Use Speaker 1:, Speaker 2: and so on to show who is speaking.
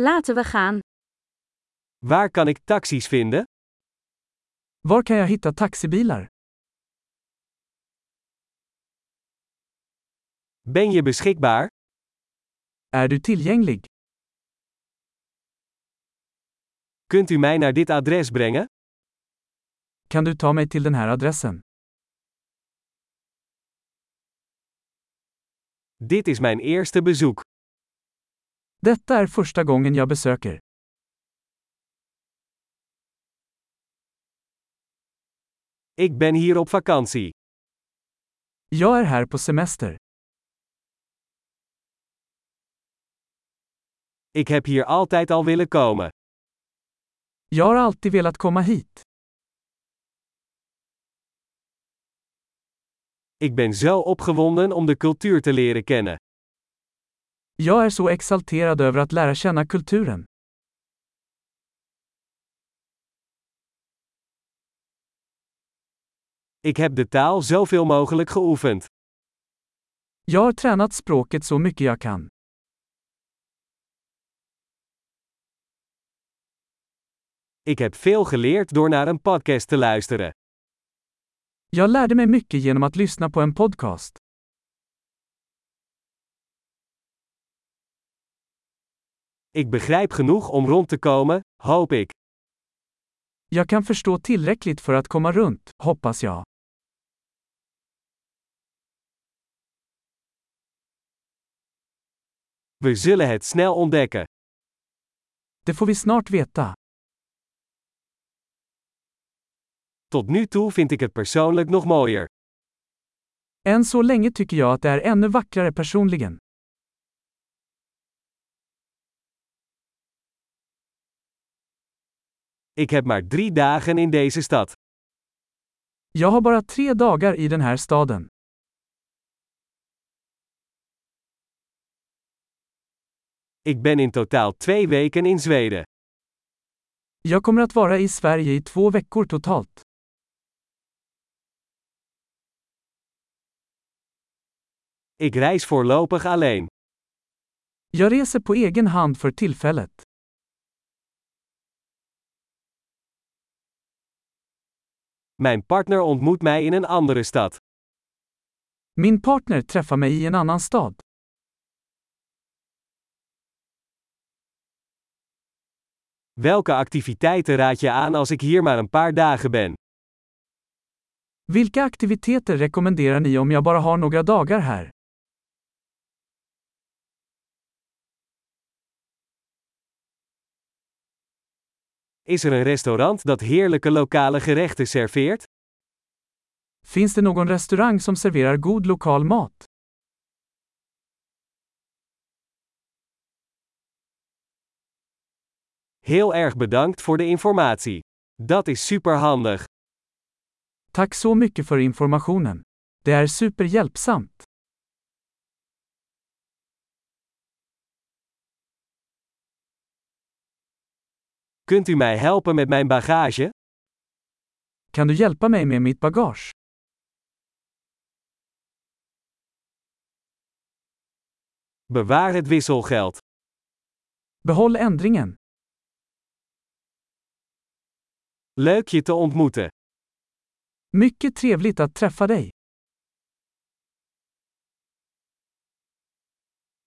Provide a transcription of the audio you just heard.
Speaker 1: Laten we gaan.
Speaker 2: Waar kan ik taxis vinden?
Speaker 3: Var kan jag hitta taxibilar?
Speaker 2: Ben je beschikbaar?
Speaker 3: Är du tillgänglig?
Speaker 2: Kunt u mij naar dit adres brengen?
Speaker 3: Kan du ta mig till den här adressen?
Speaker 2: Dit is mijn eerste bezoek.
Speaker 3: Detta är första gången jag besöker.
Speaker 2: Ik ben hier op vakantie.
Speaker 3: Jag är här på semester.
Speaker 2: Ik heb hier altijd al willen komen.
Speaker 3: Jag har alltid velat komma hit.
Speaker 2: Ik ben zo opgewonden om de cultuur te leren kennen.
Speaker 3: Jag är så exalterad över att lära känna kulturen.
Speaker 2: Ik heb de taal zoveel mogelijk geoefend.
Speaker 3: Jag har tränat språket så mycket jag kan.
Speaker 2: Ik heb veel geleerd door naar een podcast te luisteren.
Speaker 3: Jag lärde mig mycket genom att lyssna på en podcast.
Speaker 2: Ik begrijp genoeg om rond te komen, hoop ik.
Speaker 3: Jag kan förstå tillräckligt för att komma runt, hoppas jag.
Speaker 2: We zullen het snel ontdekken.
Speaker 3: Det får vi snart veta.
Speaker 2: Tot nu toe vind ik het persoonlijk nog mooier.
Speaker 3: Än så länge tycker jag att det är ännu vackrare personligen.
Speaker 2: Ik heb maar drie dagen in deze stad.
Speaker 3: Jag har bara tre dagar i den här staden.
Speaker 2: Ik ben in totaal twee weken in Zweden.
Speaker 3: Jag kommer att vara i Sverige i två veckor totalt.
Speaker 2: Ik reis voorlopig alleen.
Speaker 3: Jag reser på egen hand för tillfället.
Speaker 2: Mijn partner ontmoet mij in een andere stad.
Speaker 3: Min partner träffar mig i en annan stad.
Speaker 2: Welke activiteiten raad je aan als ik hier maar een paar dagen ben?
Speaker 3: Vilka aktiviteter rekommenderar ni om jag bara har några dagar här?
Speaker 2: Is er een restaurant dat heerlijke lokale gerechten serveert?
Speaker 3: Finns det någon restaurang som serverar god lokal mat?
Speaker 2: Heel erg bedankt voor de informatie. Dat is superhandig.
Speaker 3: Tack så mycket för informationen. Det är superhjälpsamt.
Speaker 2: Kunt u mij helpen met mijn bagage?
Speaker 3: Kan du hjälpa mig med mitt bagage?
Speaker 2: Bewaar het wisselgeld.
Speaker 3: Behåll ändringen.
Speaker 2: Leuk je te ontmoeten.
Speaker 3: Mycket trevligt att träffa dig.